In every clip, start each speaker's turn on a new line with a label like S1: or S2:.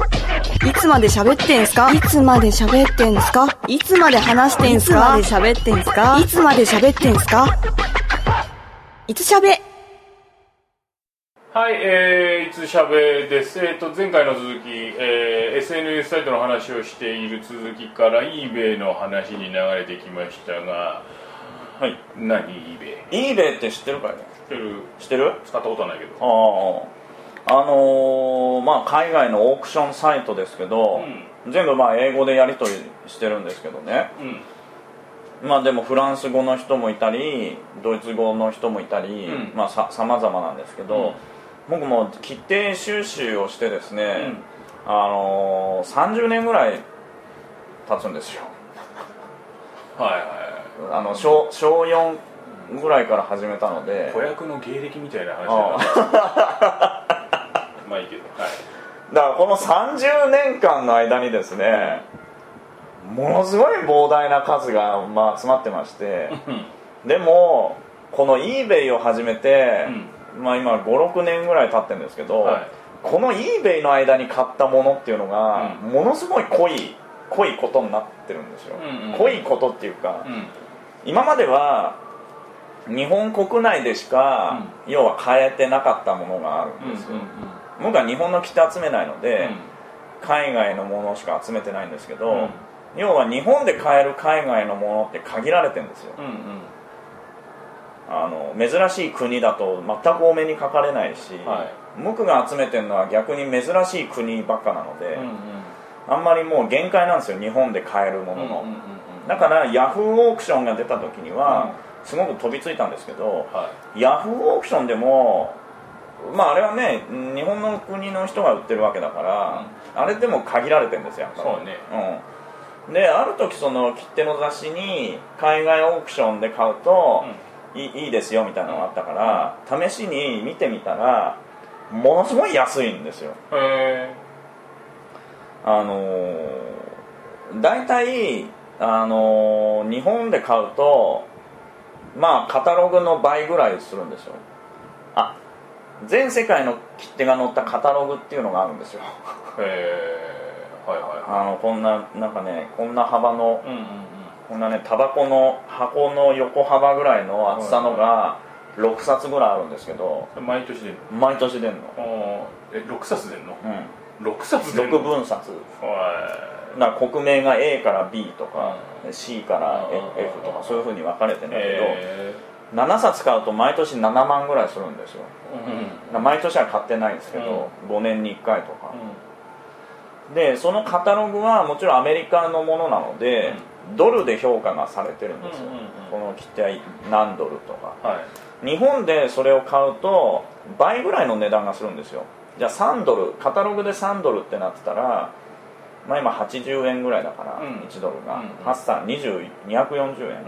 S1: いつまで喋ってんすかいつまで喋ってんすかいつまで話してんすかいつまで喋ってんすかいつまで喋ってんすかいつ喋
S2: はい、えー、いつしゃべです、えー、と前回の続き、えー SNS サイトの話をしている続きから eBay の話に流れてきましたが
S3: はい
S2: 何 eBay
S3: イーベイって知ってるかいね
S2: 知ってる
S3: 知ってる
S2: 使ったことないけど
S3: あああのーまあ海外のオークションサイトですけど、全部まあ英語でやり取りしてるんですけどね
S2: うん
S3: まあでもフランス語の人もいたりドイツ語の人もいたり、
S2: うん
S3: まあさ様々なんですけど、僕も規定収集をしてですね、あのー、30年ぐらい経つんですよ
S2: はいは
S3: あの小小4ぐらいから始めたの
S2: い
S3: で
S2: 子役の芸歴みたいな話
S3: あ
S2: だな まあいいけどはい
S3: だからこの30年間の間にですねものすごい膨大な数がまあ集まってましてでもこの eBay を始めて、まあ今56年ぐらい経ってるんですけど、
S2: はい
S3: この eBay の間に買ったものっていうのが、
S2: う
S3: ものすごい濃い濃いことになってるんですよ、
S2: うんうん
S3: 濃いことっていうか、
S2: うん
S3: 今までは日本国内でしか、要は買えてなかったものがあるんですよ、僕は日本の着て集めないので、海外のものしか集めてないんですけど、
S2: うん
S3: 要は日本で買える海外のものって限られてるんですよ
S2: うんうんうん
S3: あの珍しい国だと全くお目にかかれないし、
S2: は
S3: 僕が集めてるのは逆に珍しい国ばっかなので、
S2: うんうん
S3: あんまりもう限界なんですよ日本で買えるも
S2: うんう
S3: の
S2: ん
S3: の、
S2: うんうん
S3: だからヤフーオークションが出た時には、すごく飛びついたんですけど、
S2: は
S3: ヤフーオークションでもまああれはね日本の国の人が売ってるわけだから、あれでも限られてるんですよやっぱり
S2: そうね
S3: うん、である時その切手の雑誌に海外オークションで買うと、いいいいですよみたいなのがあったから、試しに見てみたらものすごい安いんですよ
S2: いへ
S3: あのー、大体、あのー日本で買うとまあカタログの倍ぐらいするんですよあ全世界の切手が載ったカタログっていうのがあるんですよ
S2: えへえはいは
S3: あのこんななんかねこんな幅の
S2: いはいうんうん
S3: こんなねタバコの箱の横幅ぐらいの厚さのが6冊ぐらいあるんですけど
S2: うん毎年出る
S3: 毎年出んの、
S2: のえ6冊出るの
S3: うん、
S2: 6冊出る
S3: 6
S2: の
S3: 分冊
S2: は
S3: だから国名が A から B とか、C から
S2: うん
S3: F とかそういうふうに分かれてるん
S2: い
S3: だけど、
S2: え
S3: 7冊買うと毎年7万ぐらいするんですよ
S2: ーうん
S3: だから毎年は買ってないんですけど、5年に1回とか
S2: う、ん
S3: でそのカタログはもちろんアメリカのものなので、ドルで評価がされてるんですよ、
S2: うんうんうん
S3: この切手は何ドルとか
S2: はい
S3: 日本でそれを買うと倍ぐらいの値段がするんですよじゃあ3ドルカタログで3ドルってなってたらまあ今80円ぐらいだから、
S2: うん
S3: 1ドルが、
S2: うんうん
S3: 8三20 240円、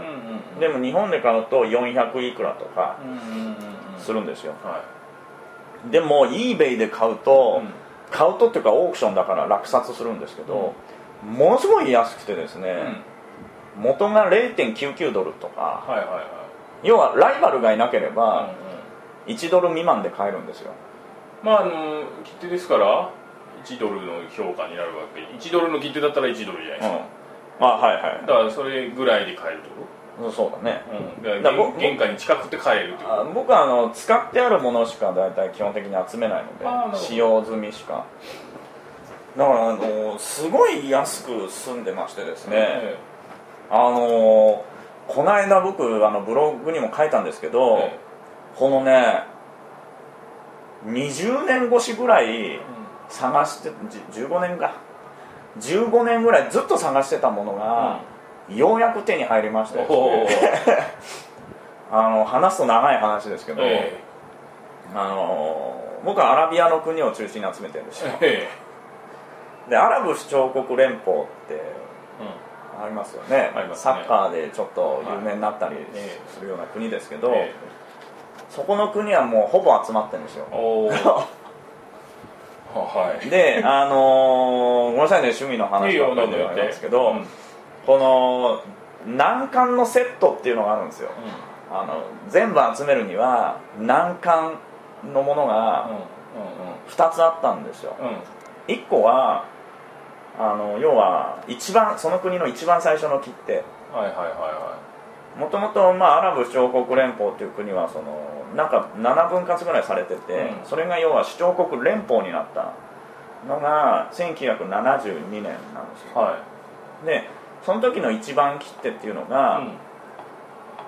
S2: うん
S3: でも日本で買うと400いくらとか
S2: うんうんうんうん
S3: するんですよ、
S2: は
S3: でも eBay で買うと、
S2: うん
S3: 買うとっていうかオークションだから落札するんですけど、ものすごい安くてです
S2: いうん
S3: ね、元が0.99ドルとか
S2: はいはいは
S3: 要はライバルがいなけれ
S2: い
S3: ば
S2: うんうん
S3: 1ドル未満で買えるんですよ、
S2: まああの切手ですから1ドルの評価になるわけ1ドルの切手だったら1ドルじゃないで
S3: う
S2: す
S3: ん
S2: か、
S3: あはいはい
S2: だからそれぐらいで買えるってこ
S3: そうそうだね
S2: と、うん、だ
S3: だ
S2: か
S3: から
S2: 原
S3: ら僕
S2: 原価に近くて買えるってこ
S3: あ僕はあの使ってあるものしか大体基本的に集めな
S2: あ
S3: い
S2: ーなる
S3: の
S2: ほど
S3: で使用済みしかだからあのすごい安く済んでましてです
S2: と
S3: ね、あのこの間僕あのブログにも書いたんですけど、
S2: え
S3: このね20年越しぐらい探してじ15年か15年ぐらいずっと探してたものが、ようやく手に入りまして
S2: えおお
S3: あの話すと長い話ですけど、
S2: え
S3: あの僕はアラビアの国を中心に集めてるんですよ
S2: ええ
S3: でアラブ首長国連邦って
S2: えうん
S3: ありますよね
S2: ありますね
S3: サッカーでちょっと有名になったり
S2: え
S3: するような国ですけど、
S2: え
S3: そこの国はもうほぼ集まってる んですよ
S2: えおおははい
S3: であのーごめんなさいね趣味の
S2: いい
S3: 話
S2: よ
S3: ばっか
S2: な
S3: り
S2: ん
S3: で
S2: だよ
S3: はあ
S2: っ
S3: り
S2: て
S3: ますけど、この難関のセットっていうのがあるんですよ、あの全部集めるには難関のもの
S2: うんう
S3: が
S2: んうん
S3: 2つあったんですよ、
S2: うんうん
S3: 1個はあの要は一番その国の一番最初の切手
S2: はいはいは
S3: もともとまあアラブ首長国連邦という国はそのなんか7分割ぐらいされてて、
S2: うん
S3: それが要は首長国連邦になったのが1972年なんです
S2: い
S3: よ、
S2: は
S3: でその時の一番切手っていうの
S2: い
S3: が、
S2: はい、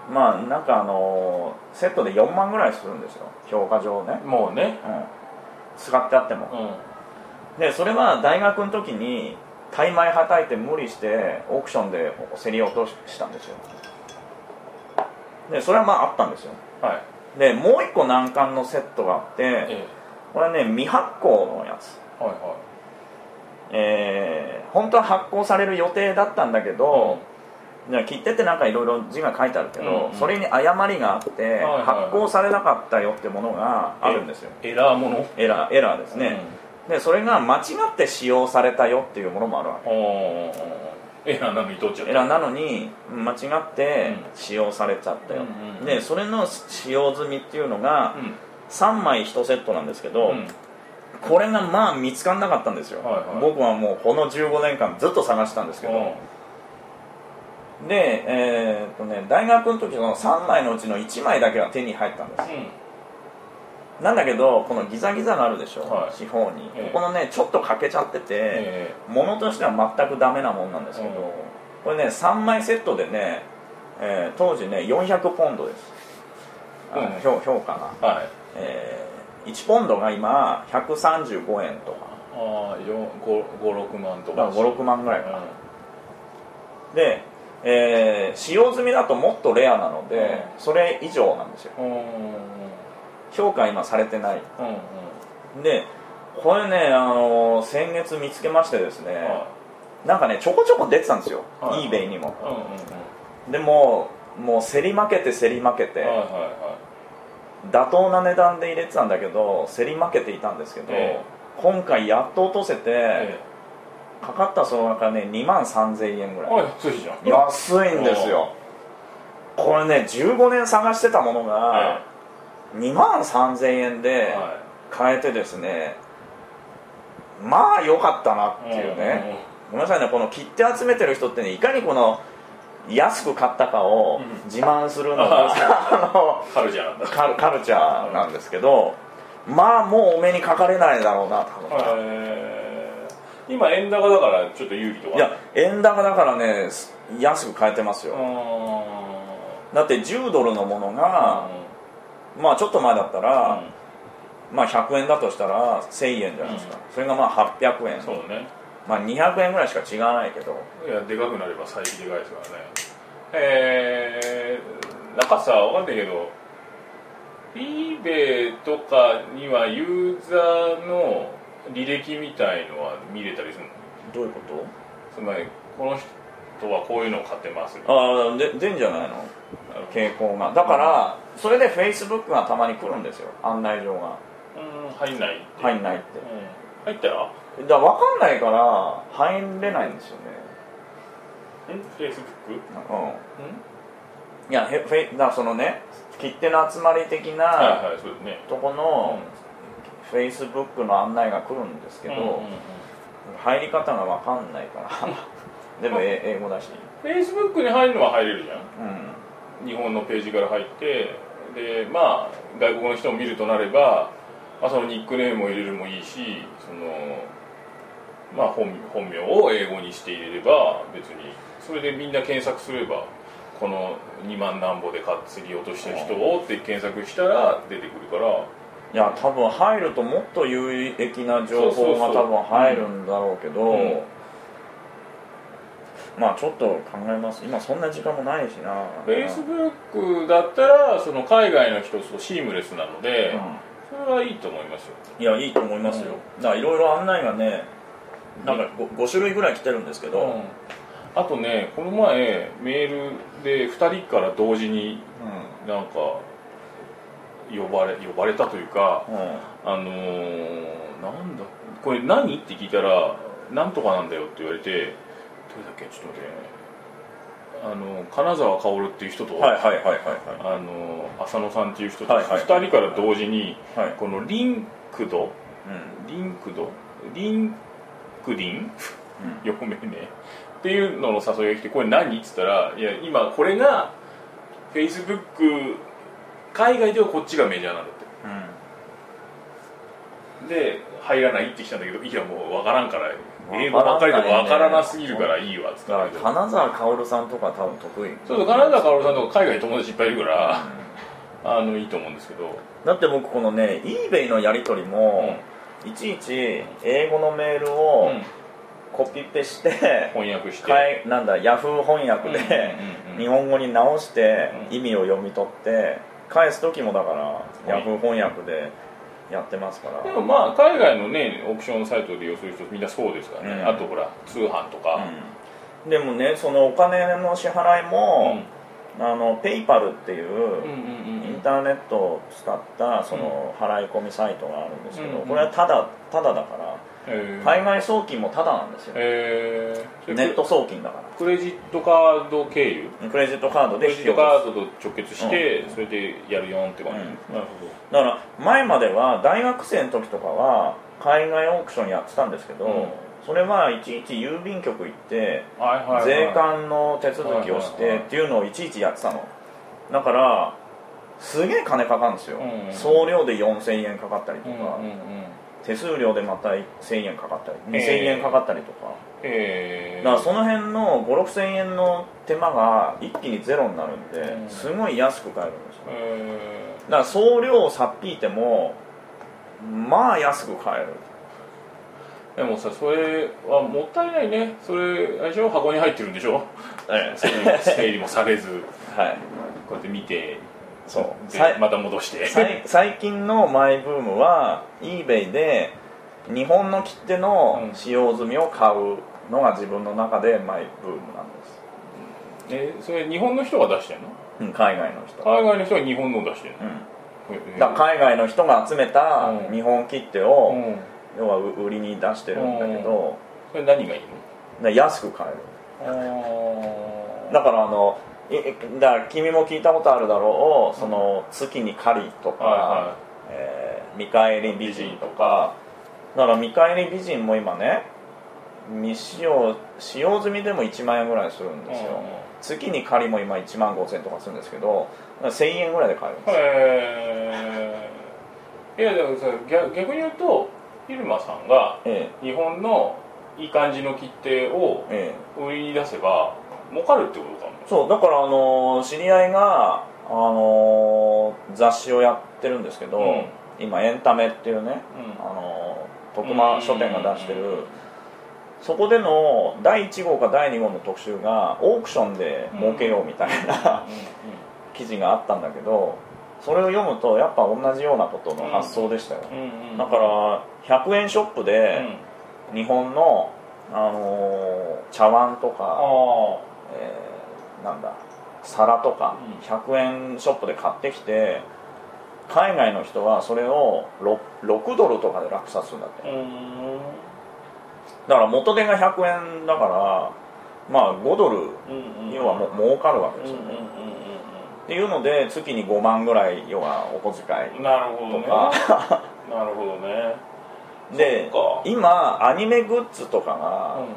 S2: うん、
S3: まあなんかあのセットで4万ぐらいするんですよ評価上ね、
S2: もうね、
S3: うん、使ってあっても
S2: う、ん、
S3: でそれは大学の時に大枚はたいて無理してオークションで競り落としたんですよでそれはまああったんですよ
S2: はい、
S3: でもう一個難関のセットがあっ
S2: え
S3: て
S2: え
S3: これはね未発行のやつ
S2: はいは
S3: えー本当は発行される予定だったんだけど、じゃあ切手ってなんかいろいろ字が書いてあるけど、
S2: うんうん
S3: それに誤りがあって、
S2: いはい
S3: 発行されなかったよってものがあるんですよ
S2: いエラーもの
S3: エラーエラーですね、でそれが間違って使用されたよっていうものもあるわけ
S2: うん、おーエラーなのに取っちゃった
S3: エラーなのに間違って使用されちゃったよ、
S2: うんうん
S3: でそれの使用済みっていうのが
S2: うん
S3: 3枚1セットなんですけど、
S2: うん
S3: これがまあ見つからなかったんですよ、
S2: はいはい
S3: 僕はもうこの15年間ずっと探したんですけど、で、えーっとね、大学の時の3枚のうちの1枚だけは手に入ったんです
S2: う
S3: なんだけどこのギザギザがあるでしょ、
S2: はい
S3: 四方に、
S2: ええ
S3: ここのねちょっと欠けちゃってて、
S2: え
S3: 物としては全くダメなもんなんですけど、
S2: うん
S3: これね3枚セットでね、えー当時ね400ポンドです、あ
S2: うん
S3: 評評価が、
S2: ん、はい
S3: えー1ポンドが今135円とか
S2: ああ56万とか
S3: 56万ぐらいかな、
S2: 万
S3: で、えー使用済みだともっとレアなので、
S2: う
S3: それ以上なんですよ
S2: うんうん
S3: 評価今されてない
S2: うん
S3: でこれね、あのー先月見つけましてですね、
S2: は
S3: なんかねちょこちょこ出てたんですよ、
S2: はい
S3: eBay にも、
S2: いうんうんうん
S3: でももう競り負けて競り負けて、
S2: はいは
S3: 妥当な値段で入れてたんだけど競り負けていたんですけど、
S2: え
S3: 今回やっと落とせて、
S2: いはいえ
S3: かかった総額がね2万3000円ぐ
S2: え
S3: らい、
S2: あ安いじゃん
S3: 安いんですよこれね15年探してたもの
S2: は
S3: が2万3000円
S2: い
S3: で
S2: は
S3: 買えてですね、まあ良かったなっ
S2: い
S3: ていうね、
S2: うんうん
S3: ごめんなさいねこの切手集めてる人ってねいかにこの安く買ったかを
S2: うん
S3: 自慢する の
S2: あ
S3: が、あの
S2: カルチャーなんだ
S3: カルカルチャーなんですけどまあもうお目にかかれないだろうな多分、
S2: えー今円高だからちょっと有利とか
S3: い、や円高だからねす安く買えてます
S2: う
S3: よ、
S2: ん
S3: だって10ドルのものが、まあちょっと前だったら、まあ100円だとしたら1000円じゃないですか、それがまあ800円
S2: そうね
S3: まあ200円ぐらいしか違わないけど
S2: いやでかくなれば最近でかいですからねえー、なんかさわかんないけど eBay とかにはユーザーの履歴みたいのは見れたりするの
S3: どういうこ
S2: つ
S3: と
S2: まりこの人はこういうのを買ってますみたい
S3: ああで出んじゃないの
S2: な
S3: 傾向がだからそれでフェイスブックがたまに来るんですよ案内状が
S2: うん入んないって
S3: 入んないって
S2: うん入ったよ
S3: だから分かんないから入れないんですよね
S2: ん Facebook?
S3: うん
S2: ん
S3: いやへフェイだからそのね切手の集まり的
S2: はい
S3: な
S2: はいそうですね
S3: とこのフェイスブックの案内が来るんですけど、
S2: うんうんうん
S3: 入り方が分かんないから でもえ英語だし
S2: Facebook に入るのは入れるじゃん
S3: うん
S2: 日本のページから入ってでまあ外国の人を見るとなれば、まあ、そのニックネームを入れるもいいしその、まあ、本本名を英語にして入れれば別にそれでみんな検索すればこの2万なんぼでかっつり落とした人をって検索したら出てくるから
S3: いや多分入るともっと有益な情報が
S2: そうそうそう
S3: 多分入るんだろうけど、
S2: うん
S3: まあちょっと考えます今そんな時間もないしな
S2: Facebook だったらその海外の人とシームレスなので、
S3: う
S2: それはいいと思いますよ
S3: んいやいいと思いますよ、だからいろいろ案内がねなんか 5, 種類ぐらい来てるんですけど、うん
S2: あとねこの前メールで2人から同時になんか呼ばれ呼ばれたというか
S3: うん
S2: あのーなんだこれ何って聞いたら「なんとかなんだよ」って言われてどれだっけちょっと待ってねあの金沢薫っていう人と、
S3: はいはいはいは
S2: あの浅野さんっていう人と、
S3: はいはい
S2: 2人から同時に
S3: いはい、はい
S2: このリンクド
S3: う
S2: リンクドリンクディン読めねえっていうのの誘いが来てこれ何って言ったらいや今これが Facebook 海外ではこっちがメジャーなんだってで入らないって来たんだけどいやもう分からんから英語ばっかりでも分からなすぎるからいいわっつっ
S3: だ
S2: た
S3: か
S2: ん
S3: ら
S2: だけど
S3: 金沢薫さんとか多分得意
S2: そうそう金沢薫さんとか海外に友達いっぱいいるからあのいいと思うんですけど
S3: だって僕このね eBay のやり取りも、いちいち英語のメールを
S2: うん
S3: コピペして、
S2: 翻訳して
S3: かいなんだヤフー翻訳で
S2: うんうんうんうん
S3: 日本語に直して
S2: うん
S3: 意味を読み取って返す時もだから
S2: はい
S3: ヤフー翻訳でやってますから、
S2: でもまあ海外のねオークションサイトで予想する人みんなそうですからね、
S3: うん
S2: あとほら通販とか、
S3: うんでもねそのお金の支払いも、
S2: う
S3: あのペイパルってい
S2: んうん
S3: う、
S2: うん
S3: イ
S2: う
S3: ン
S2: ん
S3: ターネットを使ったその払い込みサイトがあるんですけど、
S2: うんうん
S3: これはただただだから
S2: えー
S3: 海外送金もただなんですよ、
S2: えーそれ
S3: ネット送金だか
S2: クレジットカード経由
S3: らクレジットカード
S2: ク
S3: で
S2: レ
S3: 引
S2: ジ
S3: き
S2: ッ
S3: 落
S2: トカ
S3: とす
S2: ードと直結して、それでやるよんって感じ、
S3: うん
S2: なるほ
S3: だから前までは大学生の時とかは海外オークションやってたんですけど、
S2: うん
S3: それはいちいち郵便局行って
S2: どはいはい、はい、
S3: 税関の手続きをし
S2: はいはい
S3: て
S2: はい
S3: っていうのをいちいちやってたのだからすげえ金かかるんですよ、
S2: うん
S3: 送料で4000円かかったりと
S2: うんう
S3: か、
S2: んうん
S3: 手数料でまた1000円かかったり
S2: ええ
S3: 2000円かかったりとか、
S2: えー、
S3: だからその辺の56000円の手間が一気にゼロになるんで、
S2: うん
S3: すごい安く買えるんですよ
S2: え
S3: だから送料をさっぴいてもまあ安く買える
S2: ーでもさそれはもったいないねそれあれでしょ箱に入ってるんでしょ
S3: え
S2: 整 理も 整理もされず
S3: はい
S2: こうやって見て
S3: そう
S2: で
S3: さい
S2: また戻して
S3: さい最近のマイブームは eBay で日本の切手の
S2: うん
S3: 使用済みを買うのが自分の中でマイブームなんです、
S2: えそれ日本の人が出してんの
S3: うん、海外の人、
S2: 海外の人が日本のを出してんの
S3: うん、
S2: へえ
S3: だから海外の人が集めた
S2: うん
S3: 日本切手を、
S2: うん
S3: 要は売売りに出してるんだけど、
S2: それ何がいい
S3: だから安く買える
S2: の
S3: だからあのいいだから君も聞いたことあるだろうその月に狩りとか、
S2: は
S3: えー見返り美人とかだから見返り美人も今ね未使用使用済みでも1万円ぐらいするん
S2: い
S3: で
S2: はい
S3: すよ月に借りも今1万5000とかするんですけどだから1000円ぐらいで買えるんですよ
S2: へえいやでもさ逆逆に言うと入間さんが
S3: え
S2: 日本のいい感じの切手を
S3: ええ
S2: 売りに出せば儲かるってことかも
S3: えそうだからあのー知り合いがあのー雑誌をやってるんですけど、
S2: うん
S3: 今エンタメっていうね、
S2: うん
S3: あのー徳間書店が出してるそこでの第1号か第2号の特集がオークションで儲けようみたいな、記事があったんだけどそれを読むとやっぱ同じようなことの発想でしたよ、
S2: うんうんうん
S3: だから100円ショップ
S2: うん
S3: で日本の、あのー茶碗と
S2: あ
S3: か、
S2: あ
S3: えーなんだ皿とか
S2: うん
S3: 100円ショップで買ってきて海外の人はそれを 6, 6ドルとかで落札するんだって
S2: うーん
S3: だから元手が100円だからまあ5ドル
S2: うんうん
S3: 要はもう儲かるわけ
S2: う
S3: で
S2: ん
S3: す
S2: う
S3: よ
S2: ん
S3: ね、
S2: うん
S3: っていうので月に5万ぐらい要はお小遣い
S2: うんなるほど
S3: と
S2: ね
S3: か、
S2: なるほどね
S3: で
S2: そっか
S3: 今アニメグッズとか
S2: う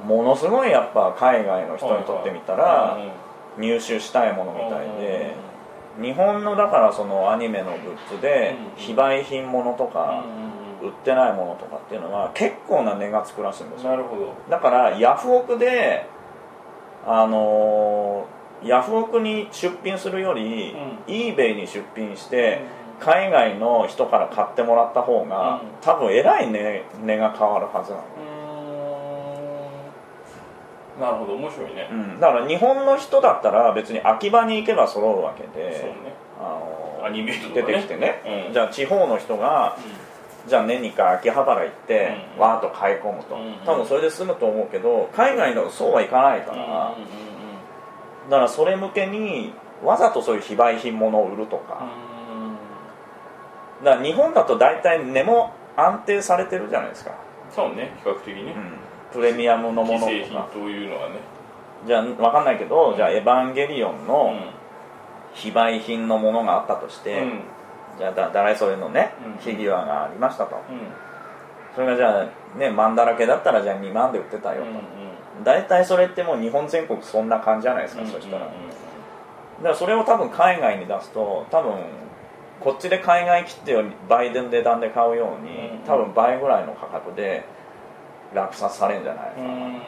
S3: が
S2: ん
S3: ものすごいやっぱ海外の人にとってみたら
S2: うんうん
S3: 入手したいものみたいで日本のだからそのアニメのグッズで
S2: うん
S3: 非売品ものとか
S2: うんうんうん
S3: 売ってないものとかっていうのは結構な値がつくらしいんですよ
S2: なるほど
S3: だからヤフオクであのーヤフオクに出品するより、
S2: う
S3: eBay に出品して、海外の人から買ってもらった方が、
S2: うん
S3: 多分えらい値値が変わるはずなの
S2: うーんなるほど面白いね、
S3: うん、だから日本の人だったら別に秋葉に行けば揃うわけ
S2: そう
S3: で、
S2: ね
S3: あの
S2: アニメート
S3: 出
S2: とか
S3: て
S2: ね
S3: きてね、
S2: うん
S3: じゃあ地方の人がじゃあ年に1回秋葉原行って、
S2: うん
S3: わーっと買い込むと、
S2: うん
S3: 多分それで済むと思うけど海外のそうはいかないか
S2: うん
S3: ら、
S2: うんうんうんうん
S3: だからそれ向けにわざとそういう非売品物を売るとか、だから日本だと大体値も安定されてるじゃないですか、
S2: そうね比較的に
S3: う
S2: ね
S3: ん、プレミアムの
S2: 既
S3: ものと
S2: 製品
S3: か
S2: というのはね
S3: じゃあ分かんないけどじゃあ「エヴァンゲリオン」
S2: う
S3: の非売品のものがあったとして、
S2: うん
S3: じゃあだ誰それのね
S2: うん
S3: フィギュアがありましたと
S2: うん
S3: それがじゃあね万だらけだったらじゃあ2万で売ってた
S2: う
S3: よ
S2: んうん
S3: と、
S2: うん
S3: 大体それってもう日本全国そんな感じじゃないですか、そしたら、
S2: うんうんうん
S3: だからそれを多分海外に出すと多分こっちで海外切手より倍の値段で買うように、
S2: うん
S3: 多分倍ぐらいの価格で落札されるんじゃないかな、
S2: ま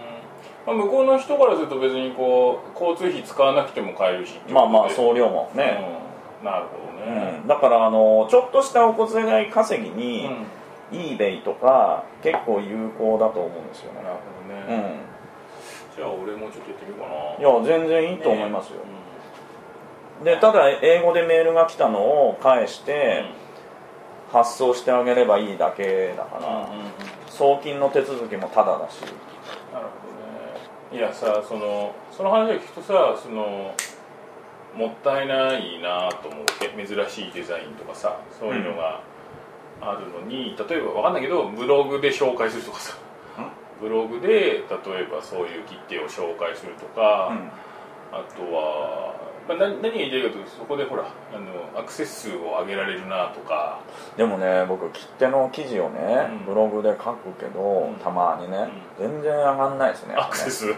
S2: あ、向こうの人からすると別にこう交通費使わなくても買えるし
S3: まあまあ
S2: う
S3: 送料も
S2: で
S3: ね、
S2: うんなるほど
S3: うん
S2: ね、
S3: だからあのちょっとしたお小遣い稼ぎ
S2: うん
S3: に、
S2: なる
S3: eBay とか結構有効だと思うんですよね
S2: ほどね、
S3: う
S2: じゃあ俺もちょっとやってみようかなん
S3: いや全然いいと思いますよ、でただ英語でメールが来たのを返して発送してあげればいいだけだか
S2: うん
S3: ら、
S2: うんうん
S3: 送金の手続きもタダだし
S2: なるほどねいやさそのその話を聞くとさそのもったいないなと思うけ珍しいデザインとかさそういうのがあるのに、例えばわかんないけどブログで紹介するとかさブログで例えばそういう切手を紹介するとか、
S3: うん
S2: あとは、まあ、何何が言いたいかというとそこでほらあのアクセス数を上げられるなとか、
S3: でもね僕切手の記事をね、
S2: うん
S3: ブログで書くけど、
S2: うん
S3: たまにね、全然上がんないですね
S2: アクセス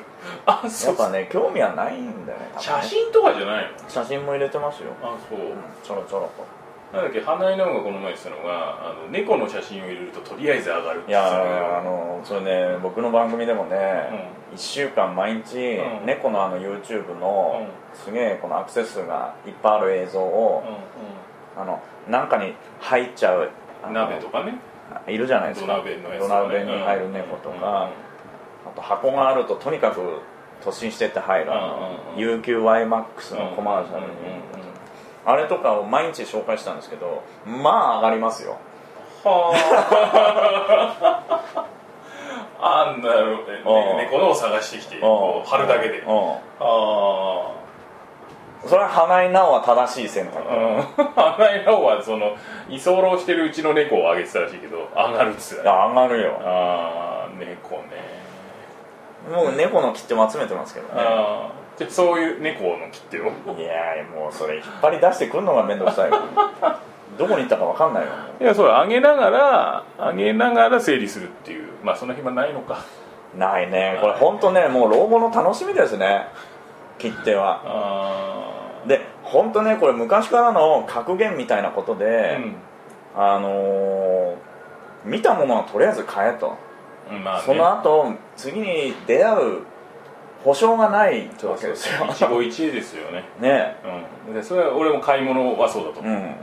S2: あ
S3: や
S2: そ
S3: っ
S2: う
S3: ぱね興味はないんだよね多分ね
S2: 写真とかじゃないの
S3: 写真も入れてますよ、
S2: あそう、
S3: うん、ちょろちょろと
S2: なんだっけ花井直がこの前言ってたのがあの猫の写真を入れるととりあえず上がるって
S3: い
S2: 言ってた
S3: や
S2: の
S3: ーあのそれね僕の番組でもね、1週間毎日、
S2: うん
S3: 猫のあの YouTube の、
S2: う
S3: すげえこのアクセス数がいっぱいある映像を、あのなんかに入っちゃうあ
S2: うんうん、
S3: の
S2: 鍋とかね
S3: いるじゃないです
S2: 土
S3: か
S2: 鍋のやつ
S3: 土
S2: とか、ね、
S3: 鍋に入る猫とか、あと箱があるととにかく突進してって入る、あの
S2: うんう
S3: UQYMAX のコマーシャルに、
S2: うんうんうんうん
S3: あれとかを毎日紹介したんですけどまあ上がりますよ
S2: は ああんなる
S3: うん
S2: 猫のを探してきてこう貼るだけで
S3: うん
S2: ああ
S3: それは花井直は正しい選択、
S2: 花井直はその居候してるうちの猫をあげてたらしいけど上がるっつって
S3: い
S2: た
S3: や上がるよ
S2: ああ猫ね
S3: もう猫の切手も集めてますけどね
S2: ああじゃあそういう猫の切手を
S3: いやーもうそれ引っ張り出してくるのが面倒 くさいよどこに行ったか分かんないよ
S2: いやそれ上げながら上げながら整理するっていうまあそんな暇ないのか
S3: ないねこれ本当ねもう老後の楽しみですね切手は
S2: あ
S3: で本当ねこれ昔からの格言みたいなこと
S2: あ
S3: で、
S2: う
S3: あのー見たものはとりあえず買えと、
S2: んまあ、ね、
S3: その後次に出会う保証がない
S2: そ
S3: わ
S2: う
S3: け
S2: そう
S3: です
S2: そう
S3: よ
S2: 一期一会ですよね
S3: ね
S2: うんでそれは俺も買い物はそうだと思う、
S3: うん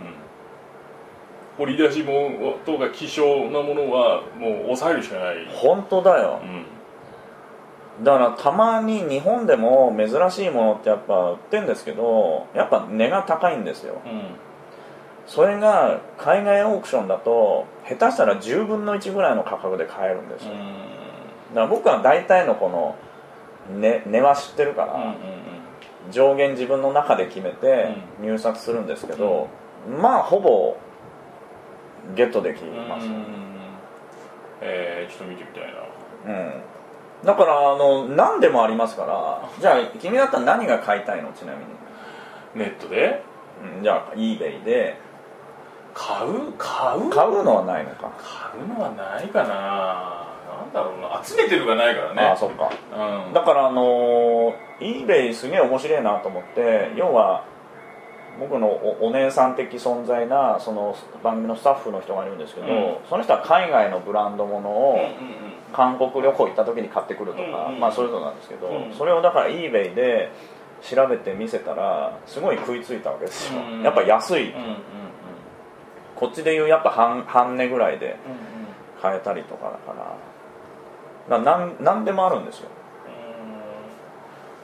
S2: 掘り出し物とか希少なものはもう抑えるしかない、
S3: 本当だよ
S2: うん
S3: だからたまに日本でも珍しいものってやっぱ売ってんですけどやっぱ値が高いんですよ
S2: うん、
S3: それが海外オークションだと下手したら10分の1ぐらいの価格で買えるんですよ、だから僕は大体のこの値値は知ってるから、上限自分の中で決めて入札するんですけど、まあほぼゲットできます、うん
S2: えー、ちょっと見てみたいな
S3: だからあの何でもありますからじゃあ君だったら何が買いたいのちなみ
S2: ネットで
S3: に、うん、じゃあ eBay で
S2: 買う買う
S3: 買うのはないのか、
S2: 買うのはないかななんだろうな集めてるがないからね
S3: ああそっか
S2: うん
S3: だからあのー eBay すげえ面白いなと思って要は僕のおお姉さん的存在なその番組のスタッフの人がいるんですけど、
S2: う
S3: その人は海外のブランドものを、
S2: う
S3: 韓国旅行行った時に買ってくるとか、
S2: うんうん
S3: まあそういうのなんですけど、
S2: うん
S3: それをだから eBay で調べて見せたらすごい食いついたわけですよ、
S2: うん
S3: やっぱ安い、
S2: んうんうんうん
S3: こっちでいうやっぱ半半値ぐらいで
S2: うん
S3: 買えたりとかだからだからなんなんでもあるんですよ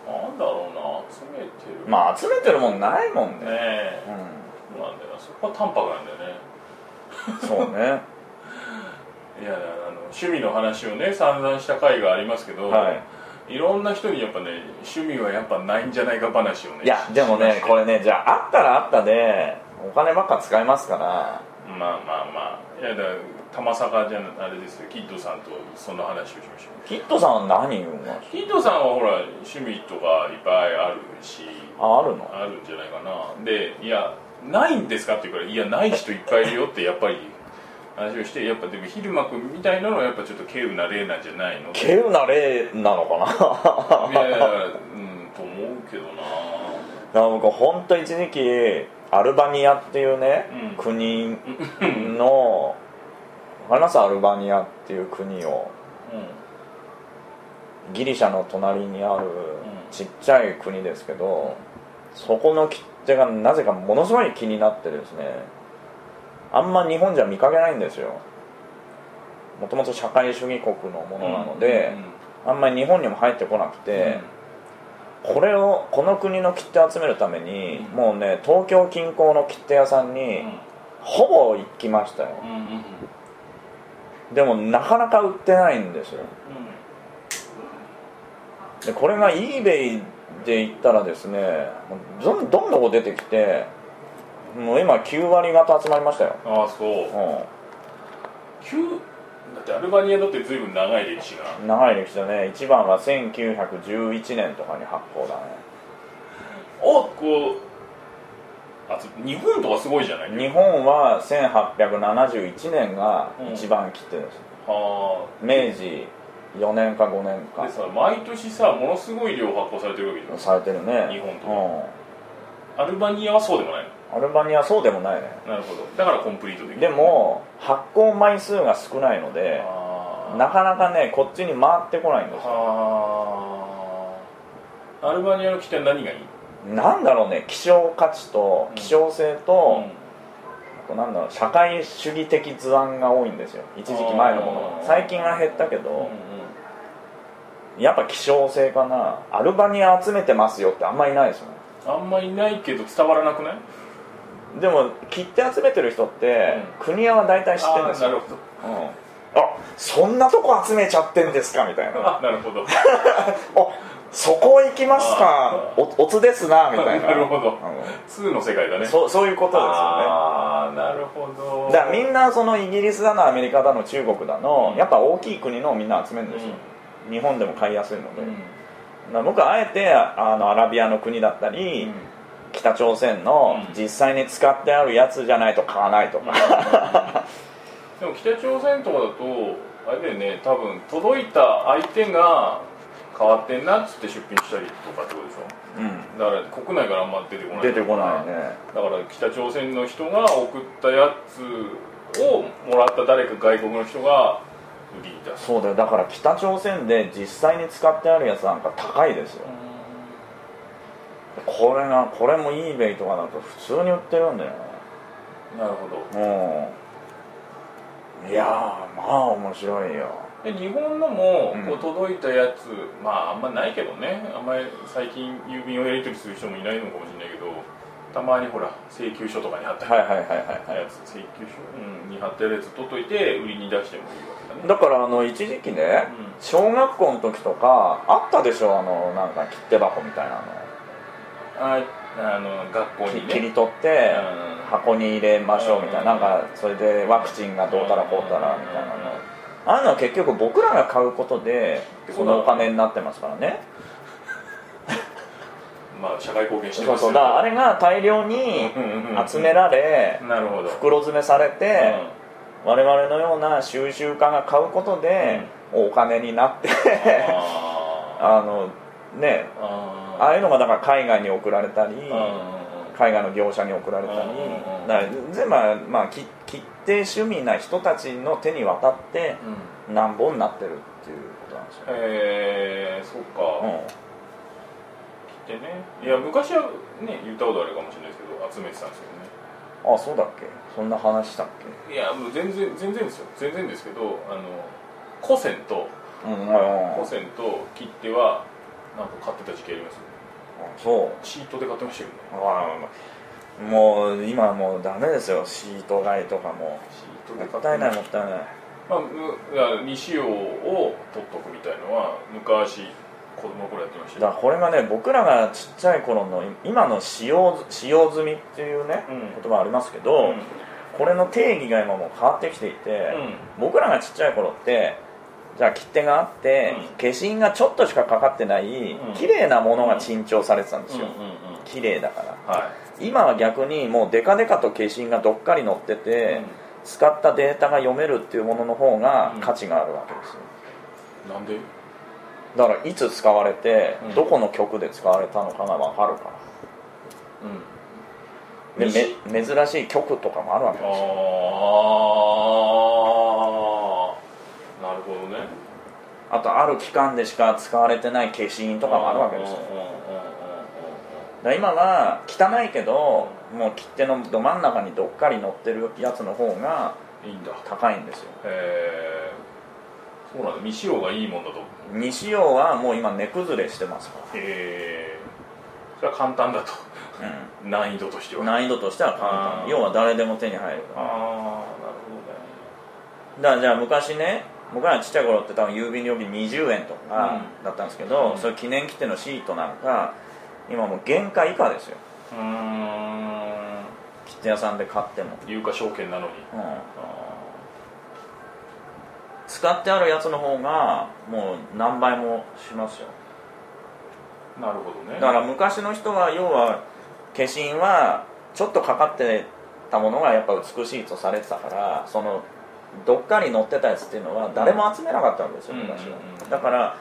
S2: うんなんだろうな集めてる
S3: まあ集めてるもんないもん
S2: ね
S3: ね、
S2: えそうなんだよなそこは淡白なんだよね
S3: うん、そうね
S2: いやだからあの趣味の話をね散々した回がありますけど、、
S3: はい
S2: ろんな人にやっぱね趣味はやっぱないんじゃないか話をね
S3: いやでもねこれねじゃああったらあったでお金ばっか使いますから
S2: まあまあまあいやだから玉坂じゃなあれですよキッドさんとその話をしましょ
S3: キッドさんは何言うの
S2: うキッドさんはほら趣味とかいっぱいあるし
S3: ああるの
S2: あるんじゃないかなでいやないんですかって言うからいやない人いっぱいいるよってやっぱり話をしてやっぱでも昼間君みたいなのはやっぱちょっと軽有な例なんじゃないの
S3: 稀有な例な のか
S2: い
S3: な
S2: やいやうんと思うけどな
S3: なんか本当一時期アルバニアっていうね、
S2: うん
S3: 国の話すアルバニアっていう国を
S2: う
S3: ギリシャの隣にある
S2: ん
S3: ちっちゃい国ですけど、そこの切手がなぜかものすごい気になってですねあんま日本じゃ見かけないんですよもともと社会主義国のも
S2: ん
S3: のなので、
S2: うん
S3: あんまり日本にも入ってこなくて、これをこの国の切手集めるために、
S2: うん
S3: もうね東京近郊の切手屋さんに、
S2: うん
S3: ほぼ行きましたよ
S2: うんうんうんうん
S3: でもなかなか売ってないんですよでこれが eBay で行ったらですねもうどんどんどん出てきてもう今9割方集まりましたよ、
S2: ああそう
S3: う
S2: 旧だってアルバニアだって随分長い歴史が
S3: ん、長い歴史だね1番が1911年とかに発行だね
S2: おこうあつ日本とかすごいじゃない
S3: 日本は1871年が一番切手です、
S2: は
S3: 明治4年か5年
S2: あ
S3: か
S2: でさ毎年さものすごい量発行されてるわけじゃ
S3: されてるね
S2: 日本と
S3: う
S2: ないアルバニアはそうでもない
S3: ん、アルバニアはそうでもないね
S2: のなるほどだからコンプリートできる
S3: でも発行枚数が少ないので
S2: あー
S3: なかなかねこっちに回ってこないんですよ
S2: はあアルバニアの起点何がいい
S3: なんだろうね希少価値と
S2: うん
S3: 希少性
S2: う
S3: と
S2: ん、
S3: あとなんだろう社会主義的図案が多いんですよ一時期前のもの
S2: あ
S3: が
S2: ー
S3: 最近は減ったけ
S2: うんうん
S3: ど、やっぱ希少性かなアルバニア集めてますよってあんまりないですよね
S2: あんまいないけど伝わらなくない
S3: でも切手集めてる人って、国屋は大体知ってるんです
S2: あーなる
S3: よ
S2: ほど
S3: あ,、うん、あそんなとこ集めちゃってんですかみたいな
S2: あなるほど
S3: おそこ行きますか
S2: あ
S3: おおつですなみたい な
S2: なるほど
S3: う
S2: 2の世界だね
S3: んそうそういうことですよね
S2: ああなるほど
S3: だからみんなそのイギリスだのアメリカだの中国だの
S2: うん
S3: やっぱ大きい国のをみんな集めるんですよ、日本でも買いやすいので、
S2: うん
S3: だから僕はあえてあのアラビアの国だったり、
S2: うん
S3: 北朝鮮の
S2: うん
S3: 実際に使ってあるやつじゃないと買わないとか、
S2: でも北朝鮮とかだとあれだよね多分届いた相手が変わってんなっつって出品したりとかってことでしょ
S3: うん
S2: だから国内からあんま出てこない
S3: 出てこないね
S2: だから北朝鮮の人が送ったやつをもらった誰か外国の人が売り出す
S3: そうだよだから北朝鮮で実際に使ってあるやつなんか高いですよこれがこれも eBay とかだと普通に売ってるんだよね
S2: なるほど
S3: うんいやーまあ面白いよ
S2: で日本のも
S3: うん
S2: こう届いたやつ、まああんまないけどねあんまり最近郵便をやり取りする人もいないのかもしれないけどたまにほら請求書とかに貼ってあ
S3: はい
S2: る
S3: はいはいはいは
S2: やつ、請求書、うん、に貼ってあるやつ取っといて売りに出してもいいわけだね
S3: いだからあの一時期ね、
S2: うん
S3: 小学校の時とかあったでしょあのなんか切手箱みたいな
S2: ああの学校
S3: の、
S2: に
S3: き切り
S2: ね
S3: 取って
S2: うん
S3: 箱に入れましょうみたいな、
S2: うん
S3: なんかそれでワクチンがどうたらこうたらみたいなの、
S2: うん
S3: ああいうのは結局僕らが買うことで
S2: てこと
S3: そ
S2: だ
S3: のお金になってますからね
S2: まあ社会貢献して
S3: そ
S2: ま
S3: う
S2: すよ
S3: そうだからあれが大量に
S2: うんうんうん
S3: 集められ
S2: なるほど
S3: 袋詰めされて、
S2: うん
S3: 我々のような収集家が買うことで、お金になって
S2: あ
S3: あのね
S2: ーあー
S3: ああいうのがだから海外に送られたり、
S2: うん
S3: 海外の業者に送られたり、
S2: うんうんうん
S3: だから全部、まあ、き切手趣味な人たちの手に渡って
S2: うん
S3: なんぼになってるっていうことなんですよ、
S2: えー、そっか、でねいや昔はね言ったことあるかもしれないですけど集めてたんですよ
S3: うん、あそうだっけそんな話したっけ
S2: ねいやもう全然全然ですよ全然ですけどあの古銭と
S3: うんうん
S2: 古銭と切手はなんか買ってた時期ありますよ
S3: そう
S2: チートで買ってましたけどね
S3: あーもう今もうダメですよシート買いとかも
S2: チート
S3: も
S2: で買
S3: っ
S2: って
S3: たいない
S2: まし
S3: もったいない
S2: たまあむ未使用を取っとくみたいのは昔子供の頃やってました
S3: だか
S2: よ
S3: らこれがね僕らがちっちゃい頃の今の使用使用済みっていうね、
S2: うん
S3: 言葉ありますけ
S2: う
S3: ど、
S2: ん
S3: これの定義が今もう変わってきていて、僕らがちっちゃい頃ってじゃあ切手があって、
S2: うん
S3: 消印がちょっとしかかかってない、
S2: うん
S3: 綺麗なものが珍重されてたんです
S2: うんう
S3: よ、
S2: んうん
S3: 綺麗だから
S2: は
S3: 今は逆にもうデカデカと消印がどっかり乗って
S2: い、
S3: て、使ったデータが読めるっていうものの方が価値があるわけですよ、
S2: なんで
S3: だからいつ使われて、
S2: うん
S3: どこの曲で使われたのかが分かるか
S2: うん
S3: ら
S2: 西
S3: でめ珍しい曲とかもあるわけ
S2: あ
S3: ですよ
S2: あなるほどね
S3: あとある期間でしか使われてない消印とかもあるわけですよ
S2: うんうんうんうん
S3: だから今は汚いけどもう切手のど真ん中にどっかり載ってるやつの方が
S2: うんいいんだ
S3: 高いんですよ
S2: えー、そうなんだ未使用がいいもんだとへ
S3: 未使用はもう今値崩れしてますか
S2: えー、それは簡単だと
S3: ら、
S2: 難易度として
S3: う
S2: はあ
S3: ん、難易度としては簡
S2: あ
S3: 単
S2: ー
S3: 要は誰でも手に入る
S2: あー
S3: か
S2: なるほどね
S3: らだからじゃあ昔ね僕らちっちゃい頃って多分郵便料金20円とか
S2: う
S3: だったんですけど、
S2: うん
S3: そういう記念切手のシートなんか今もう原価以下ですよ
S2: うーん
S3: 切手屋さんで買っても、
S2: 有価証券なのに
S3: うん、
S2: あ
S3: 使ってあるやつの方がもう何倍もしますよ
S2: ーなるほどね
S3: だから昔の人は要は化身はちょっとかかってたものがやっぱ美しいとされてたからそのどっかに載ってたやつっていうのは誰も集めなかったんですよ
S2: うん
S3: 昔は
S2: うんうんうん
S3: だから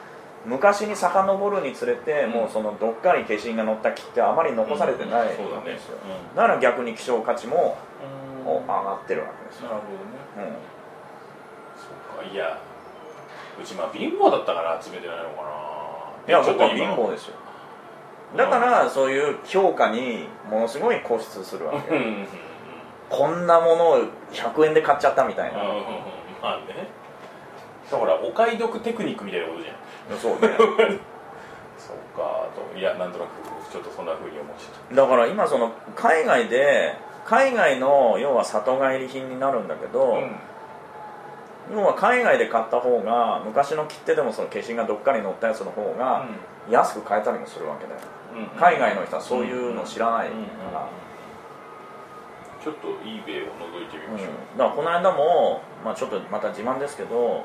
S3: 昔に遡るにつれてもうそのどっかに化身が載った木ってあまり残されてないわ
S2: うんそうだね
S3: けですよ
S2: うん
S3: だから逆に希少価値も
S2: うん
S3: 上がってるわけですよ
S2: なるほどね
S3: うん
S2: そうかいやうちまあ貧乏だったから集めてないのかない
S3: いや僕は
S2: 今
S3: 貧乏ですよだからそういう評価にものすごい固執するわけ
S2: うん
S3: よ
S2: うんうんうん
S3: こんなものを100円で買っちゃったみたいな
S2: まあねだからお買い得テクニックみたいなことじゃん
S3: そうね
S2: そうかといやなんとなくちょっとそんなふうに思っちゃっ
S3: だから今その海外で海外の要は里帰り品になるんだけ
S2: た
S3: ど、
S2: うん
S3: 要は海外で買った方が昔の切手でもその化身がどっかに載ったやつの方が安く買えたりもするわけだよ
S2: うん
S3: 海外の人はそういうの知らないか
S2: うんうん
S3: ら、
S2: ちょっと eBay を覗いてみ
S3: うん
S2: ましょう、
S3: だからこの間も、まあ、ちょっとまた自慢ですけど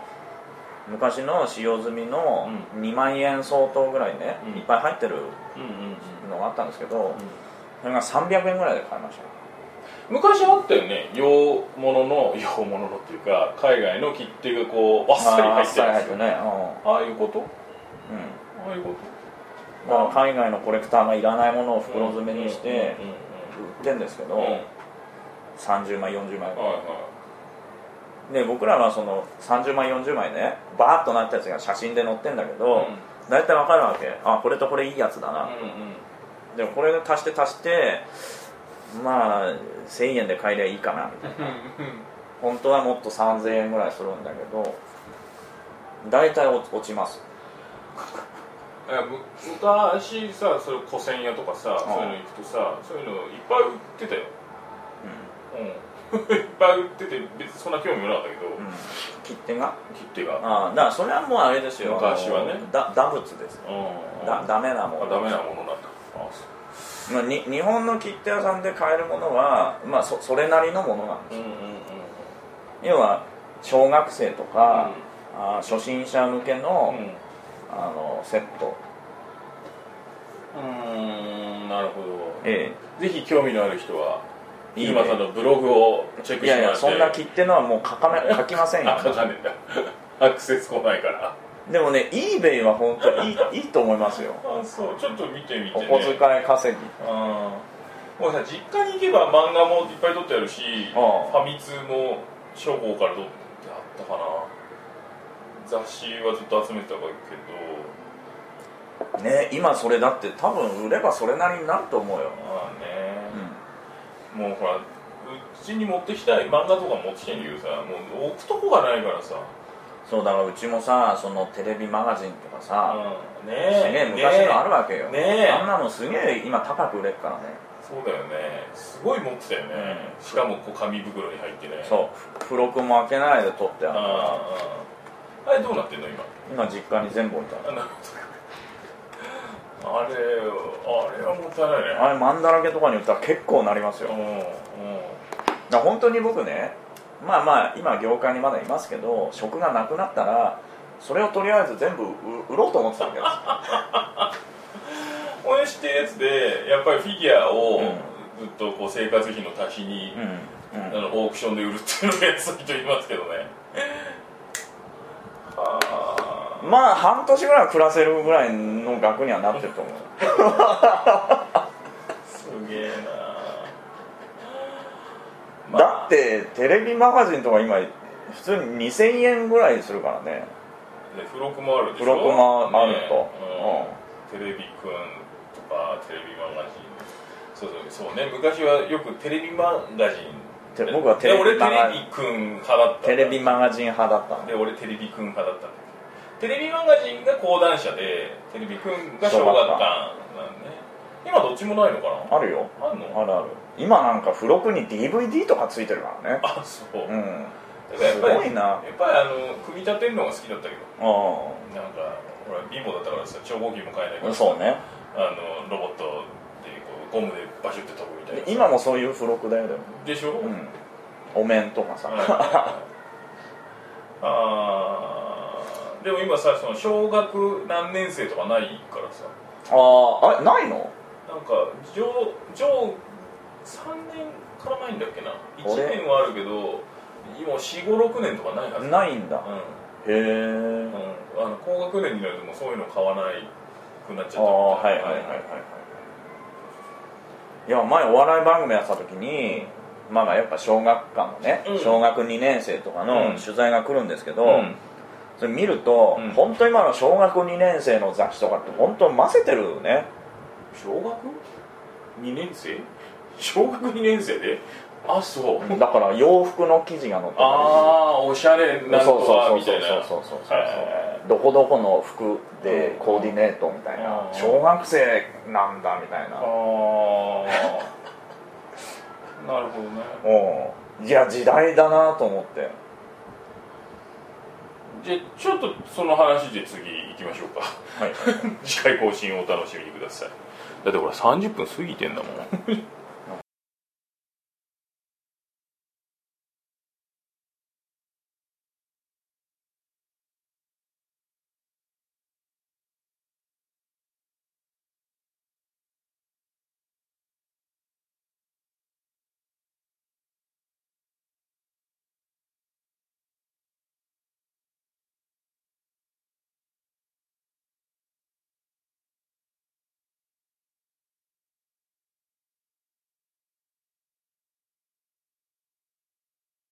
S3: 昔の使用済みの2万円相当ぐらいね、
S2: うん
S3: いっぱい入ってる
S2: うんうんうん
S3: のがあったんですけど、それが300円ぐらいで買いましたよ
S2: 昔あったよね洋物の洋物のっていうか海外の切手がこうバッサリ入ってる
S3: あ
S2: や
S3: っさり入っ
S2: つ
S3: てるね、
S2: ああいうこと
S3: うんうん
S2: ああいうこ
S3: だから海外のコレクターがいらないものを
S2: と
S3: 袋詰めにして
S2: うんうん
S3: 売ってんですけど、
S2: うんうん
S3: 30枚40枚ぐら
S2: は
S3: い
S2: いは
S3: で僕らはその30枚40枚ねバーッとなったやつが写真で載ってんだけど、大体わかるわけあこれとこれいいやつだな、
S2: いうんうん
S3: でもこれ足して足してまあ1000円で買えりゃいいかなみたいな本当はもっと3000円ぐらいするんだけど大体落落ちます
S2: いやむ昔さそれ古銭屋とかさそういうの行くとさそういうのいっぱい売ってたようんいっぱい売ってて別にそんな興味もなかったけど、
S3: うん切手が
S2: 切手が
S3: ああだからそれはもうあれですよ
S2: 昔はね
S3: あのだダブツです
S2: うん
S3: だダメなも
S2: あ
S3: の
S2: ダメなものなんだあそ
S3: まあ、に日本の切手屋さんで買えるものは、まあ、そそれなりのものなんで
S2: ううんうんうん
S3: す要は小学生とか、あー初心者向けの,、
S2: うん
S3: あのセット、
S2: うんなるほど
S3: え
S2: ぜひ興味のある人は
S3: いい
S2: 飯
S3: ね
S2: 島さんのブログをチェック
S3: い
S2: して
S3: や
S2: もら
S3: い
S2: っ
S3: や
S2: て
S3: そんな切手のはもう書かめ書きませんよ
S2: あ書かねえんだ アクセス来ないから
S3: でもね eBay は本当 いいいいと思いますよ
S2: あそうちょっと見てみて、
S3: お
S2: ね、
S3: 小遣い稼ぎ
S2: うんもうさ実家に行けば漫画もいっぱい撮ってあるしフ
S3: ああ
S2: ァミ通も初号から撮ってあったかな雑誌はずっと集めてたけど
S3: ね今それだって多分売ればそれなりになると思うよ、
S2: まあ
S3: う
S2: ね、
S3: ん、
S2: もうほらうちに持ってきたい漫画とか持ってきてんけどさもう置くとこがないからさ、
S3: そうだからうちもさそのテレビマガジンとかさ、
S2: うん、ね
S3: す
S2: え
S3: げえ昔のある
S2: ね
S3: わけよ、
S2: ねえ
S3: あんなのすげえ今高く売れっからね
S2: えそうだよねすごい持ってたよね、
S3: うん
S2: しかもこう紙袋に入ってねう
S3: そう付録も開けないで取ってあるか
S2: ああれどうなってんの今
S3: ら今実家に全部置いてあ
S2: あ
S3: る
S2: なるほどあれあれはもったいないね
S3: あれマンだらけとかに売ったら結構なりますよ
S2: う
S3: だか
S2: んうん
S3: ら本当に僕ねまあまあ今業界にまだいますけど職がなくなったらそれをとりあえず全部売売ろうと思ってたわけですよ
S2: 俺知ってるやつでやっぱりフィギュアを
S3: うん
S2: ずっとこう生活費の足しに
S3: うんうん
S2: あのオークションで売るっていうのが安いと言いますけどねあ
S3: まあ半年ぐらいは暮らせるぐらいの額にはなってると思う
S2: ーすげえな、まあ
S3: だってテレビマガジンとか今普通に2000円ぐらいするからね
S2: で付録もあるでしょ
S3: 付録もある
S2: ね
S3: と、
S2: うんテレビくんとかテレビマガジンそうそうそうね昔はよくテレビマガジン
S3: て僕はテレビ
S2: で俺
S3: マ
S2: テ
S3: ガ
S2: レビくん派だったんだ
S3: テレビマガジン派だったの
S2: で俺テレビくん派だったんだけどテレビマガジンが講談社でテレビくんが小学館なんね今どっちもないのかな
S3: あるよ
S2: あん
S3: あ
S2: の
S3: るある今なんか付録に DVD とかついてるからね
S2: あそう、
S3: う
S2: だか
S3: ん
S2: らやっぱり
S3: すごいな
S2: やっぱりあの組み立てるのが好きだったけど
S3: う
S2: なんか俺貧乏だったからさ超合金も買えないか
S3: ん
S2: ら
S3: そうね
S2: あのロボットでこうゴムでバシュって飛ぶみたい
S3: で
S2: な
S3: 今もそういう付録だよでも
S2: でしょ、う
S3: うんお面とかさ
S2: あーでも今さその小学何年生とかないからさ
S3: あああないの
S2: なんか上上3年からないんだっけな1年はあるけど今456年とかないはず
S3: ないんだ
S2: うん
S3: へえ
S2: うん、あの高学年になるともうそういうの買わないくなっち
S3: あ
S2: ゃった
S3: あはいはいはいはいはいいや前お笑い番組やってた時にまあまあやっぱ小学館のね、
S2: うん
S3: 小学2年生とかの
S2: うん
S3: 取材が来るんですけど、
S2: うん
S3: それ見ると、
S2: うん
S3: 本当今の小学2年生の雑誌とかって本当混ぜてるよね
S2: 小学2年生 小学2年生であそう、
S3: だから洋服の生地が載ってたり
S2: ああおしゃれなん
S3: そう
S2: とか
S3: そう
S2: み
S3: そ
S2: た
S3: う
S2: いな
S3: そうそうそうそう
S2: は
S3: どこどこの服でコーディネートみたいな
S2: うん
S3: 小学生なんだみたいな
S2: ああ なるほどね
S3: うんいや時代だなと思って
S2: じゃあちょっとその話で次行きましょうか
S3: はい
S2: 次回更新をお楽しみにくださいだってほら30分過ぎてんだもん